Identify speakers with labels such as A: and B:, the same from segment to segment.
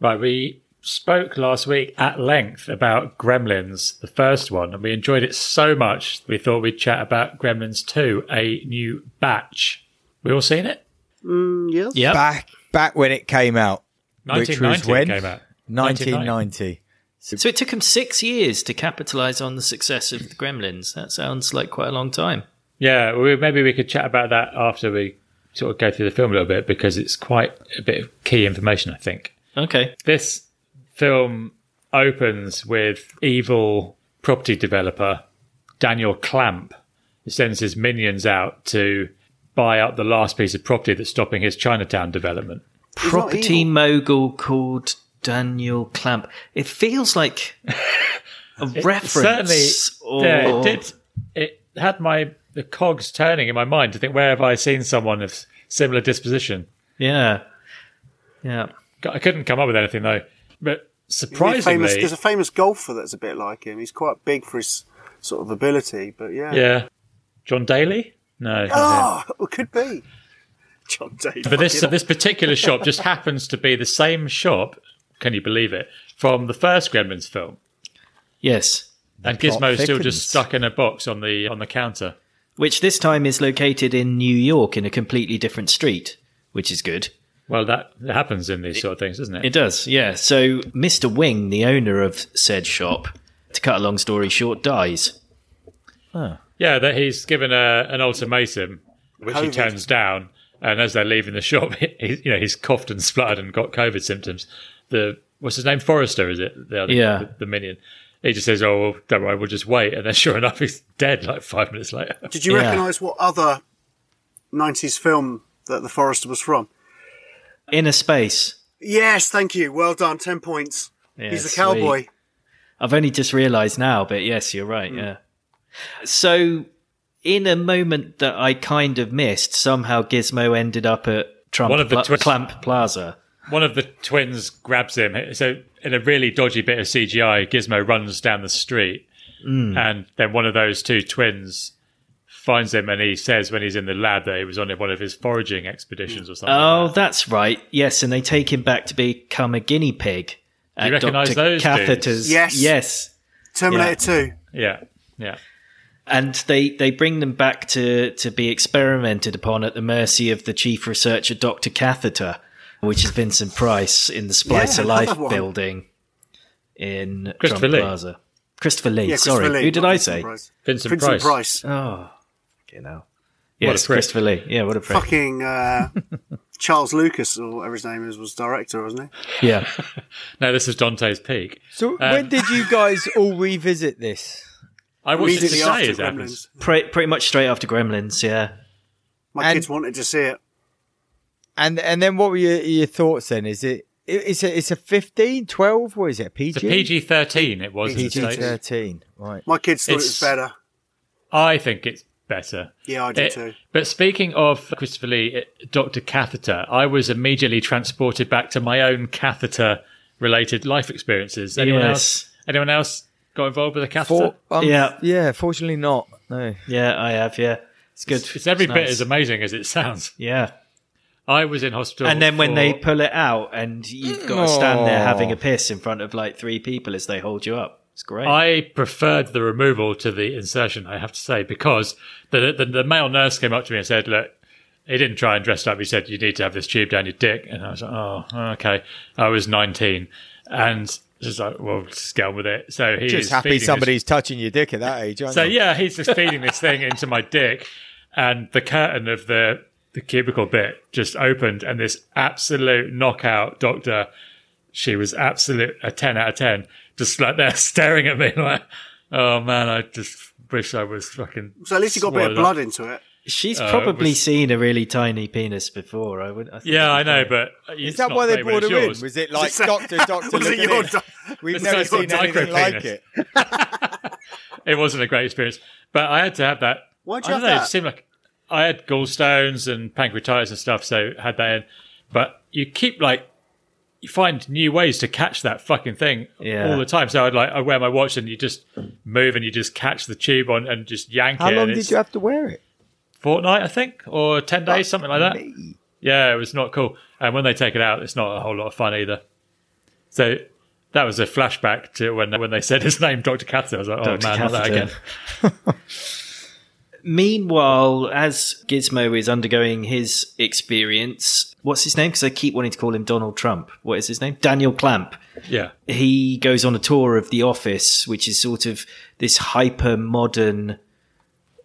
A: Right, we spoke last week at length about Gremlins, the first one, and we enjoyed it so much we thought we'd chat about Gremlins 2, a new batch. We all seen it?
B: Mm, yes.
C: Yep.
D: Back back when it came out, which was
A: 1990
D: when
A: it came out.
D: 1990.
C: So it took them six years to capitalize on the success of the Gremlins. That sounds like quite a long time.
A: Yeah, we, maybe we could chat about that after we sort of go through the film a little bit because it's quite a bit of key information, I think.
C: Okay.
A: this film opens with evil property developer Daniel Clamp who sends his minions out to buy up the last piece of property that's stopping his Chinatown development.
B: not
C: Property
B: evil.
C: mogul called Daniel Clamp. It feels like a reference.
B: Oh.
A: Certainly, yeah, it did. It had my the cogs turning in my mind to think where have I seen someone of similar disposition.
C: Yeah. Yeah.
A: I couldn't come up with anything though, but
B: He's a famous-
A: surprisingly,
B: there's a famous golfer that's a bit like him. He's quite big for his sort of ability, but yeah.
A: yeah, John Daly. No,
B: Oh, it could be. John Day.
A: But this this particular shop just happens to be the same shop. Can you believe it? From the first Gremlins film,
C: Yes.
A: and Gizmo's still
D: thickens.
A: just stuck in a box on the on the counter.
C: Which this time is located in New York in a completely different street, which is good.
A: Well, that that happens in these sort of things, doesn't it?
C: It does, yeah. So Mr. Wing, the owner of said shop, to cut a long story short, dies.
A: yeah, that he's given a, an ultimatum, which he
B: COVID.
A: turns down. And as they're leaving the shop, he, you know he's coughed and spluttered and got COVID symptoms. The what's his name? Forrester, is it? The other,
C: Yeah.
A: the, the minion. He just says, "Oh, well, don't worry, we'll just wait." And then, sure enough, he's dead like five minutes later.
B: Did you
C: Yeah.
B: recognise what other 90s film that The Forester was from?
C: Inner space.
B: Yes, thank you. Well done. 10 points.
C: Yeah,
B: He's a
C: sweet.
B: cowboy.
C: I've only just realised now, but yes, you're right.
A: Hmm.
C: Yeah. So, in a moment that I kind of missed, somehow Gizmo ended up at Trump
A: One of the
C: Pla-
A: twi-
C: Clamp Plaza.
A: One of the twins grabs him. So, in a really dodgy bit of CGI, Gizmo runs down the street.
B: Mm.
A: And then one of those two twins finds him and he says when he's in the lab that he was on one of his foraging expeditions or something.
C: Oh, that's right. Yes, and they take him back to become a guinea pig. At
A: recognise
C: Dr.
A: those
C: catheters?
A: dudes?
B: Yes.
C: Yes.
B: Terminator 2.
A: Yeah. Yeah.
C: and they they bring them back to to be experimented upon at the mercy of the chief researcher dr catheter which is vincent price in the splice
B: Yeah,
C: of life
B: another one.
C: building in
A: Christopher
C: Trump
A: Lee.
C: Plaza. christopher lee
B: Yeah,
C: sorry
B: Christopher Lee,
C: who did
B: not
C: i
B: Vincent
C: say
B: Price.
A: Vincent,
B: Vincent
A: Price.
B: Price.
C: oh you know yes
A: prick.
C: christopher lee yeah what a prick
B: Fucking uh, Charles Lucas, or whatever his name is, was director, wasn't he?
C: yeah
A: No, this is Dante's Peak.
D: So when did you guys all revisit this?
A: I watched it
B: Immediately
A: today
B: after
A: as it happens.
B: Gremlins.
C: Pre- pretty much straight after gremlins yeah
B: My
D: And-
B: kids wanted to see it.
D: And and then what were your, your thoughts then? Is it it- it's a it's a 15, 12 or is it a PG?
A: It's a PG 13 it was in the States.
D: thirteen. Right.
B: My kids thought
A: It's-
B: it was better.
A: I think it's better.
B: Yeah, I do
A: It-
B: too.
A: Eh, But speaking of Christopher Lee, it- Dr. Catheter, I was immediately transported back to my own catheter related life experiences. Anyone
C: Yes.
A: else? Anyone else got involved with a catheter?
D: For, um,
C: Yeah.
D: yeah. Yeah. Fortunately, not. No.
C: yeah i have yeah it's good
A: It's every bit
C: nice.
A: as amazing as it sounds.
C: yeah
A: I was in hospital.
C: and then when
A: for-
C: they pull it out and you've got to stand there
A: Mm.
D: Aw.
C: having a piss in front of like three people as they hold you up it's great
A: Oh. I preferred the removal to the insertion, I have to say, because the, the the male nurse came up to me and said, "Look, he didn't try and dress it up. He said you need to have this tube down your dick." And I was like, "Oh, okay." I was nineteen, and just like, "Well, just get on with it." So he is
D: Just happy
A: feeding this-
D: somebody's touching your dick at that age. Aren't
A: So
D: you?
A: yeah, he's just feeding this thing into my dick, and the curtain of the the cubicle bit just opened, and this absolute knockout doctor. She was absolute a ten out of ten, just like there staring at me like, oh man, I just wish I was fucking.
B: So at least you got a bit of
A: swallowed up."
B: blood into it.
C: she's
A: uh,
C: probably
A: was-
C: seen a really tiny penis before i would I think
A: Yeah, I
C: that'd be
A: know,
C: great.
A: but
D: Is that why they brought her in? Was it like doctor, doctor?
B: Was
D: look
B: it
D: at
B: your
D: it.
B: doc-
D: We've
A: It's
D: never
A: like your
D: seen anything
A: micropenis.
D: like it.
A: it wasn't a great experience, but I had to have that.
B: Why'd
A: I
B: you
A: don't
B: have
A: know. It
B: that?
A: seemed like I had gallstones and pancreatitis and stuff, so had that in. But you keep like you find new ways to catch that fucking thing
C: Yeah.
A: all the time. So I'd like I wear my watch and you just move and you just catch the tube on and just yank
D: How
A: it.
D: long
A: and
D: did
A: it's
D: you have to wear it?
A: fortnight, I think, or ten days, something like that. Yeah, it was not cool. And when they take it out, it's not a whole lot of fun either. So that was a flashback to when when they said his name, Doctor Catheter. I was like, oh
C: Dr.
A: man, not that
C: Catheter.
A: again.
C: Meanwhile, as Gizmo is undergoing his experience, what's his name? Because I keep wanting to call him Donald Trump. What is his name? Daniel Clamp.
A: Yeah,
C: He goes on a tour of the office, which is sort of this hyper modern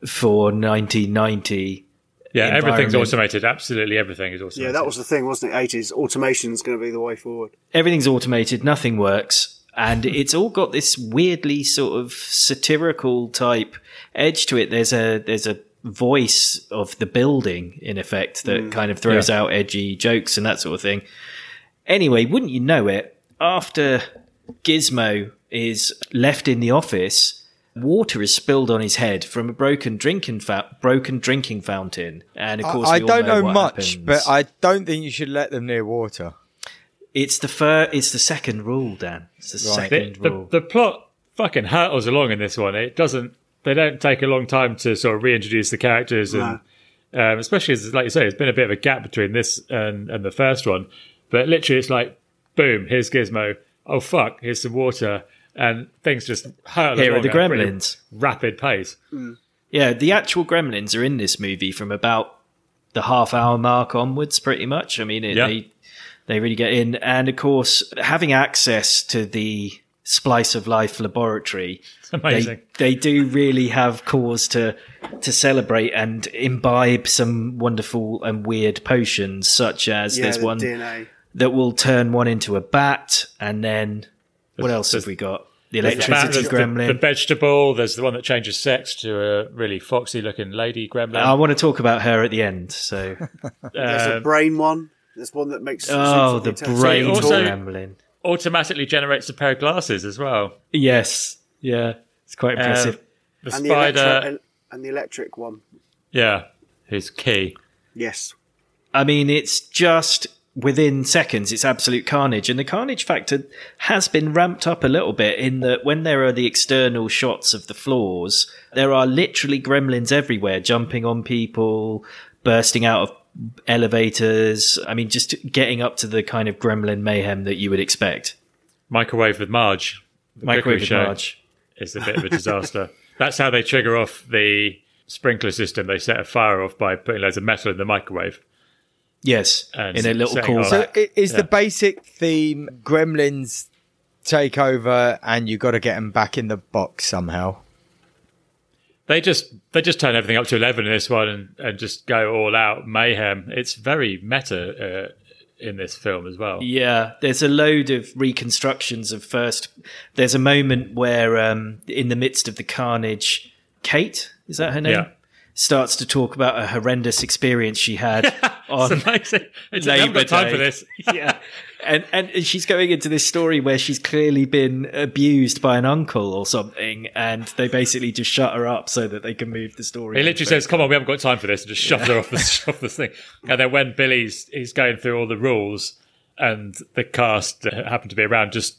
C: for 1990.
A: yeah. Everything's
C: Environment.
A: automated. Absolutely everything is automated.
B: Yeah, that was the thing, wasn't it? 80s. Automation's going to be the way forward.
C: Everything's automated, nothing works. And
D: Hmm.
C: it's all got this weirdly sort of satirical type edge to it. There's a, there's a, voice of the building in effect that
D: Hmm.
C: kind of throws out edgy jokes and that sort of thing Anyway, wouldn't you know it, after Gizmo is left in the office, water is spilled on his head from a broken drinking fa- broken drinking fountain. And of
D: I,
C: course,
D: I
C: we all
D: don't know
C: what
D: much,
C: happens.
D: but I don't think you should let them near water.
C: it's the fir- it's the second rule, Dan. It's the
A: the,
C: second
A: the,
C: rule.
A: the plot fucking hurtles along in this one. It doesn't. They don't take a long time to sort of reintroduce the characters, and um, especially as like you say, it's been a bit of a gap between this and and the first one. But literally, it's like boom, here's Gizmo. Oh fuck, here's some water, and things just hurtle
C: Here are
A: along
C: the
A: at a pretty
C: gremlins.
A: rapid pace.
C: Yeah, the actual gremlins are in this movie from about the half hour mark onwards, pretty much. I mean, it,
A: Yeah.
C: they they really get in, and of course, having access to the splice of life laboratory,
A: Amazing.
C: They, they do really have cause to to celebrate and imbibe some wonderful and weird potions, such as
B: Yeah,
C: there's
B: the
C: one
A: uh,
B: DNA.
C: that will turn one into a bat, and then what else have we got? The
A: There's the bat,
C: electricity
A: there's the-
C: gremlin.
A: the, vegetable. There's the one that changes sex to a really foxy-looking lady gremlin.
C: I want to talk about her at the end, so.
B: There's a brain one. There's one that makes.
C: Oh, the brain
A: So also-
C: gremlin.
A: automatically generates a pair of glasses as well.
C: Yes. Yeah. It's quite impressive.
A: Um, the
B: And the,
A: spider,
B: electric, and the electric one.
A: yeah, who's key.
B: Yes.
C: I mean, it's just within seconds, it's absolute carnage. And the carnage factor has been ramped up a little bit in that when there are the external shots of the floors, there are literally gremlins everywhere jumping on people, bursting out of elevators. I mean, just getting up to the kind of gremlin mayhem that you would expect.
A: Microwave with Marge. The
C: Microwave
A: cookery
C: with
A: show
C: Marge.
A: is a bit of a disaster. That's how they trigger off the sprinkler system. They set a fire off by putting loads of metal in the microwave.
C: Yes.
A: And
C: in a little
A: setting
C: call.
A: off.
D: So
A: Black.
D: i- is
A: Yeah.
D: the basic theme Gremlins take over and you got to get them back in the box somehow?
A: They just they just turn everything up to eleven in this one and, and just go all out mayhem. It's very meta uh, in this film as well.
C: Yeah, there's a load of reconstructions of first. There's a moment where, um, in the midst of the carnage, Kate is that her name?
A: Yeah.
C: Starts to talk about a horrendous experience she had on
A: It's amazing. It's like, I haven't got
C: Labour
A: time
C: Day.
A: for this.
C: yeah, and and she's going into this story where she's clearly been abused by an uncle or something, and they basically just shut her up so that they can move the story.
A: He
C: on.
A: literally says, "Come on, we haven't got time for this," and just shoves her off the off this thing. And then when Billy's he's going through all the rules, and the cast that happen to be around just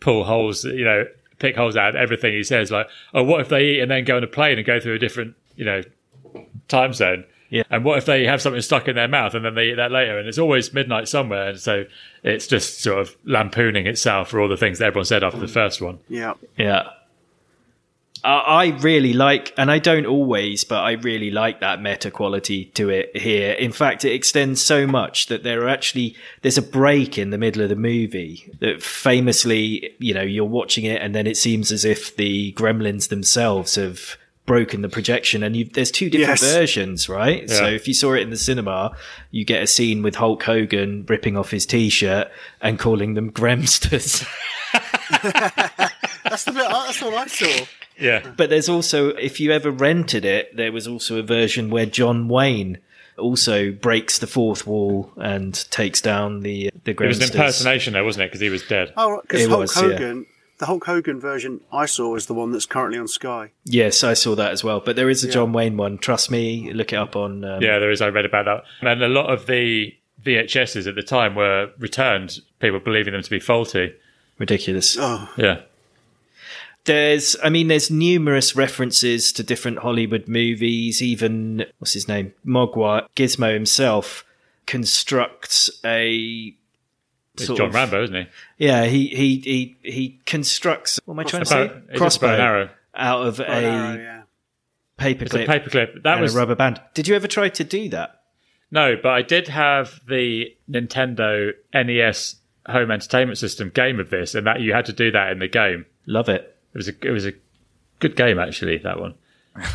A: pull holes, you know, pick holes out of everything he says. Like, oh, what if they eat and then go on a plane and go through a different, you know, time zone?
C: Yeah.
A: And what if they have something stuck in their mouth and then they eat that later? And it's always midnight somewhere, and so it's just sort of lampooning itself for all the things that everyone said after the first one.
B: Yeah.
C: Yeah. I I really like, and I don't always, but I really like that meta quality to it here. In fact, it extends so much that there are actually there's a break in the middle of the movie that famously, you know, you're watching it, and then it seems as if the gremlins themselves have broken the projection, and you, there's two different
B: Yes.
C: versions, right? So
A: Yeah.
C: if you saw it in the cinema, you get a scene with Hulk Hogan ripping off his t-shirt and calling them Gremsters.
B: That's the bit. uh, That's the one I saw.
A: Yeah.
C: But there's also, if you ever rented it, there was also a version where John Wayne also breaks the fourth wall and takes down the the
A: It was an
C: Gremlins.
A: impersonation, though, wasn't it? Because he was dead.
B: Oh, because
C: It
B: Hulk
C: was, yeah.
B: Hogan. The Hulk Hogan version I saw is the one that's currently on Sky.
C: Yes, I saw that as well. But there is a John Wayne one. Trust me, look it up on. Um,
A: Yeah, there is. I read about that. And a lot of the VHSs at the time were returned, people believing them to be faulty.
C: Ridiculous.
B: Oh,
A: Yeah.
C: There's, I mean, there's numerous references to different Hollywood movies. Even what's his name, Mogwai Gizmo himself constructs a
A: It's
C: sort
A: John
C: of-
A: Rambo, isn't he?
C: Yeah, he he he he constructs. What am I trying to say?
A: About- it's just about an arrow.
C: out of
B: Oh,
C: a
B: no, yeah.
A: It's a
C: paperclip
A: paperclip. That
C: and
A: was
C: a rubber band. Did you ever try to do that?
A: No, but I did have the Nintendo NES home entertainment system game of this, and that you had to do that in the game.
C: Love it.
A: It was a it was a good game actually. That one.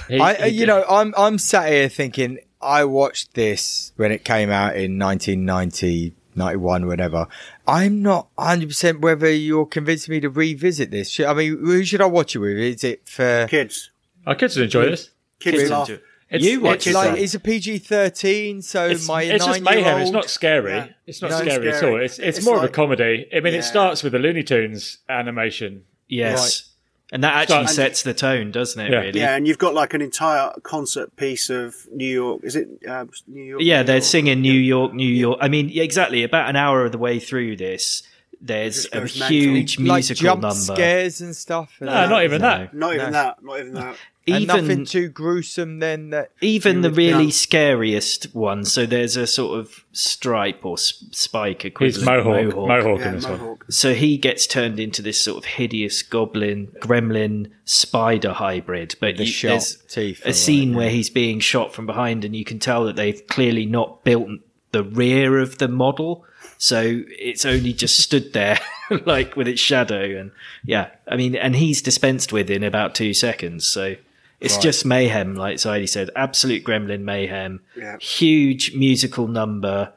A: He-
D: I,
A: he
D: uh, you
A: did-
D: know, I'm I'm sat here thinking I watched this when it came out in 1990, 91, whatever. I'm not 100 percent whether you're convincing me to revisit this. Should, I mean, who should I watch it with? Is it for?
B: Kids.
A: our kids would enjoy this.
B: Kids,
C: Kids
B: laugh.
C: into it.
A: It's,
C: You watch
A: it's,
B: it,
D: Like,
B: Right.
D: it's a PG-13, so
A: It's,
D: my
A: it's just
D: nine-year-old.
A: mayhem. It's not scary.
B: Yeah.
A: It's not
D: No, it's
A: scary, at
B: scary.
A: all. It's it's,
B: It's
A: more of
B: like-
A: a comedy. I mean,
B: Yeah.
A: it starts with the Looney Tunes animation.
C: Yes. And that actually
A: Starts-
C: sets the tone, doesn't it?
A: Yeah.
C: Really.
B: Yeah, and you've got like an entire concert piece of New York. Is it uh, New York?
C: Yeah,
B: New
C: they're
B: York?
C: singing New York, New York. I mean, yeah, exactly. About an hour of the way through this, there's
B: Just
C: a
B: goes
C: huge
D: like
C: musical
D: jump
C: number.
D: scares and stuff. and
A: No,
D: that.
A: not even
C: No.
A: that.
B: Not even
D: No.
B: that. Not even that.
D: And
C: Even
D: nothing too gruesome. Then that
C: even
D: you
C: the
D: would
C: really
B: think.
C: scariest one. So there's a sort of stripe or sp- spike
A: He's
C: equivalent.
A: Mohawk. Mohawk,
B: Yeah,
A: in this one.
B: Mohawk.
C: So he gets turned into this sort of hideous goblin, gremlin, spider hybrid. But
D: The
C: you-
D: shot
C: there's
D: teeth or
C: a scene
D: whatever,
C: where he's being shot from behind, and you can tell that they've clearly not built the rear of the model. So it's only just stood there, like with its shadow. And yeah, I mean, and he's dispensed with in about two seconds. So it's just mayhem, like Saidi said, absolute gremlin mayhem.
B: Yeah.
C: Huge musical number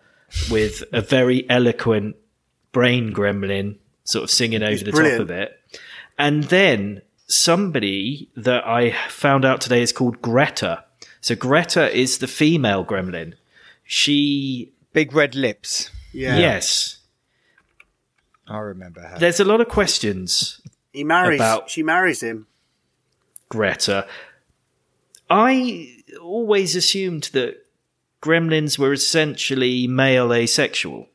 C: with a very eloquent brain gremlin sort of singing over the
B: brilliant.
C: top of it. And then somebody that I found out today is called Greta. So Greta is the female gremlin. She,
D: big red lips.
B: Yeah.
C: yes.
D: I remember her.
C: There's a lot of questions,
B: He marries.
C: About-
B: She marries him.
C: Greta. I always assumed that gremlins were essentially male asexual,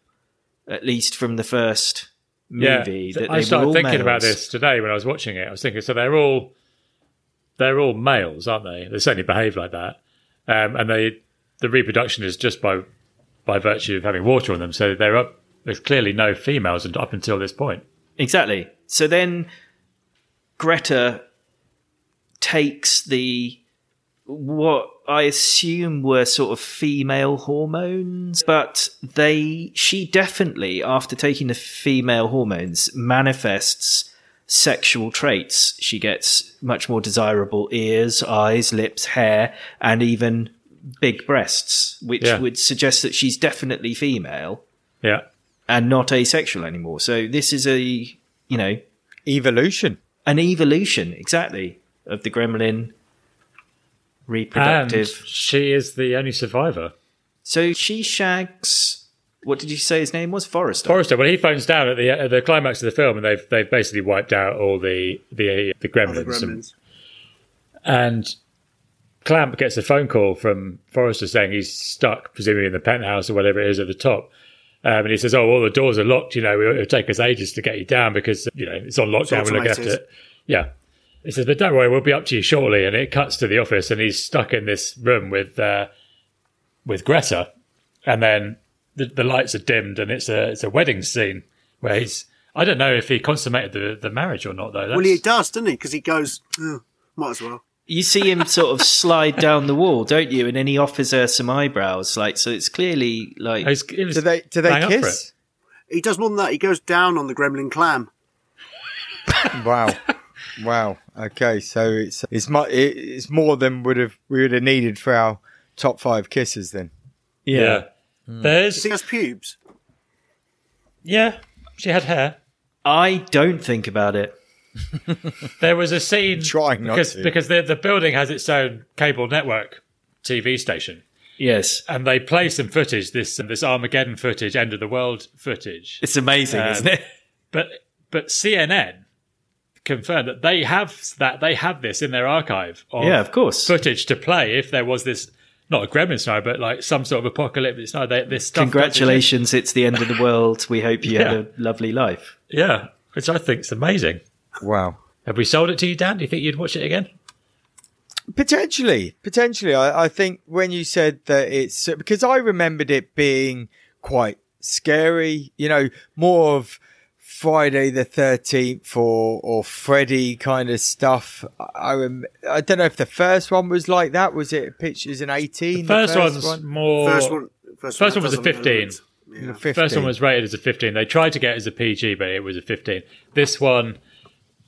C: at least from the first movie.
A: Yeah,
C: that
A: I
C: they were
A: started
C: all
A: thinking about
C: males.
A: this today when I was watching it. I was thinking, so they're all they're all males, aren't they? They certainly behave like that, um, and they the reproduction is just by by virtue of having water on them. So they're up. There's clearly no females and up until this point.
C: Exactly. So then Greta takes the what I assume were sort of female hormones, but they she definitely after taking the female hormones manifests sexual traits. She gets much more desirable ears, eyes, lips, hair, and even big breasts, which
A: Yeah.
C: would suggest that she's definitely female
A: Yeah,
C: and not asexual anymore. So this is a you know
D: Evolution.
C: an evolution exactly of the gremlin
A: and
C: reproductive.
A: she is the only survivor.
C: so she shags. What did you say his name was? Forrester.
A: Forrester, when he phones down at the at the climax of the film, and they've they've basically wiped out all the the the gremlins,
B: The
A: and
B: gremlins.
A: And Clamp gets a phone call from Forrester saying he's stuck, presumably in the penthouse or whatever it is at the top. Um, and he says, "Oh, all the doors are locked. You know, it'll take us ages to get you down because you know it's on lockdown. We're looking after
B: automated.
A: it." Yeah. He says, "But don't worry, we'll be up to you shortly." And it cuts to the office, and he's stuck in this room with uh, with Greta. And then the, the lights are dimmed, and it's a it's a wedding scene where he's. I don't know if he consummated the, the marriage or not, though. That's,
B: Well, he does, doesn't he? Because he goes, "Oh, might as well.
C: You see him sort of slide down the wall, don't you? And then he offers her some eyebrows, like so. It's clearly like
A: he's- he was
D: Do they do they
A: bang up for it.
D: kiss?
B: He does more than that. He goes down on the gremlin clam.
D: Wow. Wow. Okay, so it's it's mu- it- it's more than would have we would have needed for our top five kisses then.
A: Yeah. There's
B: He has pubes.
A: Yeah, she had hair.
C: I don't think about it.
A: There was a scene
D: Trying not
A: because
D: to.
A: because the the building has its own cable network TV station,
C: Yes,
A: and they play some footage this this Armageddon footage, end of the world footage.
C: it's amazing,
A: Um,
C: isn't it?
A: But but CNN confirmed that they have that they have this in their archive. Of
C: Yeah, of course.
A: Footage to play if there was this not a gremlin scenario, but like some sort of apocalyptic scenario. They, this stuff does exist.
C: Congratulations! It's the end of the world. We hope you had
A: Yeah.
C: a lovely life.
A: Yeah, which I think is amazing.
D: Wow.
A: Have we sold it to you, Dan? Do you think you'd watch it again?
D: Potentially, potentially. I, I think when you said that it's because I remembered it being quite scary, you know, more of Friday the 13th or, or Freddy kind of stuff. I, I rem- I don't know if the first one was like that. Was it pictures in 18?
A: First, one's more.
B: First one, first,
A: First one was a
B: doesn't
A: 15.
B: look-
D: The
B: Yeah.
D: 15.
A: First one was rated as a 15. They tried to get it as a PG, but it was a 15. This one,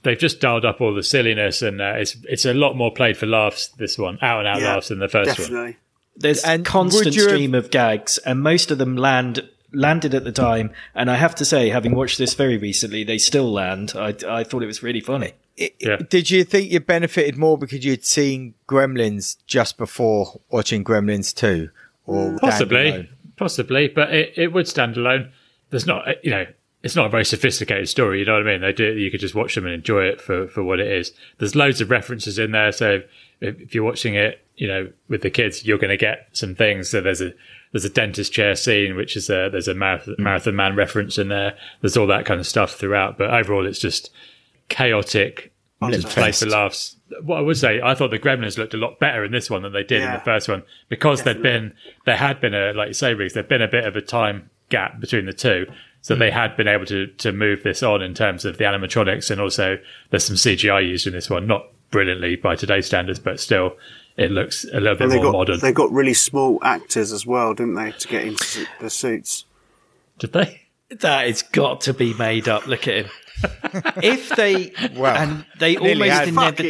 A: they've just dialed up all the silliness, and uh, it's it's a lot more played for laughs. This one, out and out
B: Yeah,
A: laughs than the first one.
B: Definitely.
C: There's a
D: And
C: constant
D: would you have-
C: stream of gags, and most of them land landed at the time. And I have to say, having watched this very recently, they still land. I, I thought it was really funny.
D: It-
A: Yeah.
D: Did you think you benefited more because you'd seen Gremlins just before watching Gremlins 2? Or
A: Possibly,
D: Dandelion?
A: possibly, but it, it would stand alone. There's not, uh, you know, it's not a very sophisticated story. You know what I mean? They do. You could just watch them and enjoy it for for what it is. There's loads of references in there, so if, if you're watching it, you know, with the kids, you're going to get some things. So there's a there's a dentist chair scene, which is a there's a marathon, marathon man reference in there. There's all that kind of stuff throughout. But overall, it's just chaotic. Just play for laughs. What I would say, I thought the Gremlins looked a lot better in this one than they did in
B: Yeah.
A: the first one because there'd been there had been a like you say, Riggs, there'd been a bit of a time gap between the two, so
B: Hmm.
A: they had been able to to move this on in terms of the animatronics and also there's some CGI used in this one, not brilliantly by today's standards, but still it looks a little bit
B: And they
A: more
B: got
A: modern.
B: they got really small actors as well, didn't they, to get into su- the suits?
A: Did they?
C: That has got to be made up. Look at him. if they
D: Well,
C: and they
D: nearly
A: Uh,
C: almost
D: had-
C: inevit-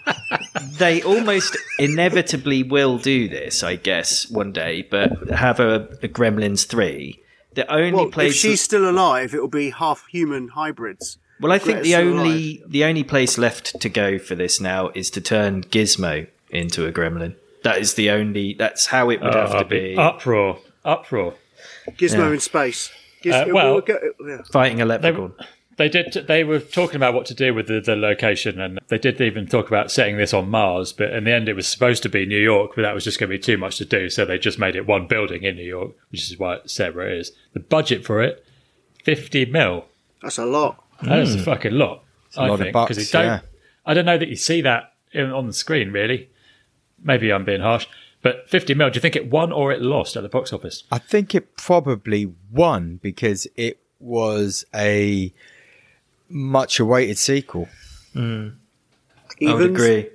B: idiots!
C: they almost inevitably will do this, I guess, one day. But have a, a Gremlins three. The only
B: Well, if
C: place
B: she's still alive, it'll be half human hybrids.
C: Well, I think the
B: Greta's
C: only the only place left to go for this now is to turn Gizmo into a gremlin. That is the only. That's how it would have
A: Oh,
C: to
A: it'd be
C: be.
A: uproar, uproar.
B: Gizmo in space. Giz-
A: Uh,
B: it
A: well-
B: will go- yeah.
C: Fighting a leprechaun.
A: They did. They were talking about what to do with the, the location, and they did even talk about setting this on Mars. But in the end, it was supposed to be New York, but that was just going to be too much to do. So they just made it one building in New York, which is why it's set where it is. The budget for it, fifty mil.
B: that's a lot.
A: That is a fucking lot. I
D: Hmm. a lot of
A: think,
D: bucks,
A: 'cause you don't-
D: yeah.
A: I don't know that you see that in, on the screen really. Maybe I'm being harsh, but fifty mil. Do you think it won or it lost at the box office?
D: I think it probably won because it was a much awaited sequel.
C: I would
B: Evans?
C: agree.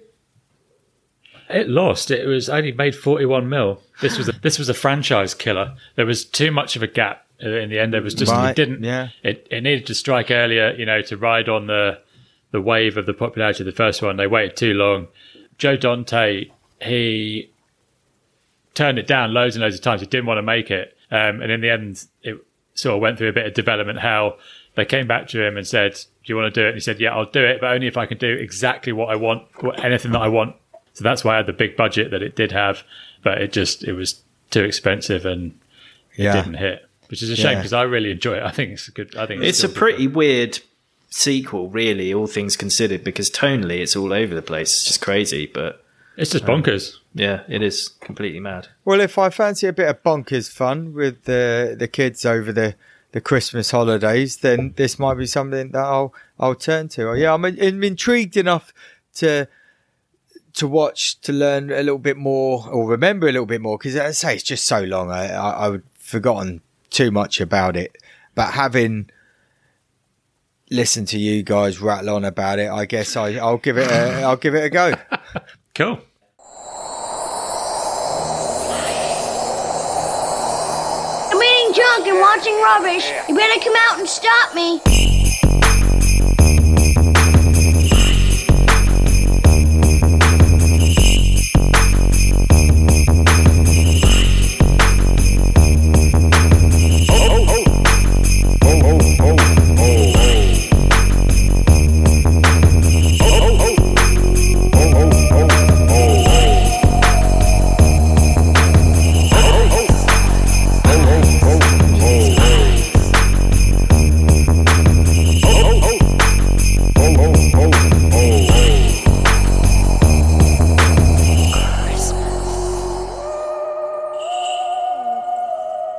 A: It lost. It was only made forty-one mil. This was a, this was a franchise killer. There was too much of a gap uh, in the end. There was just
D: Right,
A: it didn't.
D: yeah.
A: It it needed to strike earlier. You know, to ride on the the wave of the popularity of the first one. They waited too long. Joe Dante he turned it down loads and loads of times. He didn't want to make it, um, and in the end, it sort of went through a bit of development hell. They came back to him and said, "Do you want to do it?" And he said, "Yeah, I'll do it, but only if I can do exactly what I want, or anything that I want." So that's why I had the big budget that it did have, but it just it was too expensive and
D: Yeah.
A: didn't hit, which is a shame
D: Yeah.
A: because I really enjoy it. I think it's a good. I think
C: It's a
A: good.
C: pretty weird sequel, really, all things considered, because tonally it's all over the place. It's just crazy, but
A: It's just bonkers.
C: yeah, it is completely mad.
D: Well, if I fancy a bit of bonkers fun with the the kids over the the Christmas holidays, then this might be something that I'll I'll turn to. Oh, Yeah, I'm, I'm intrigued enough to to watch to learn a little bit more or remember a little bit more because as I say it's just so long. I I, I would forgotten too much about it, but having listened to you guys rattle on about it, I guess I, I'll give it a, I'll give it a go.
A: Cool.
E: I'm eating junk and watching rubbish. You better come out and stop me.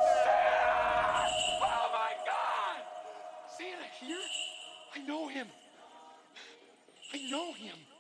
F: Oh my God! Santa here? I know him. I know him.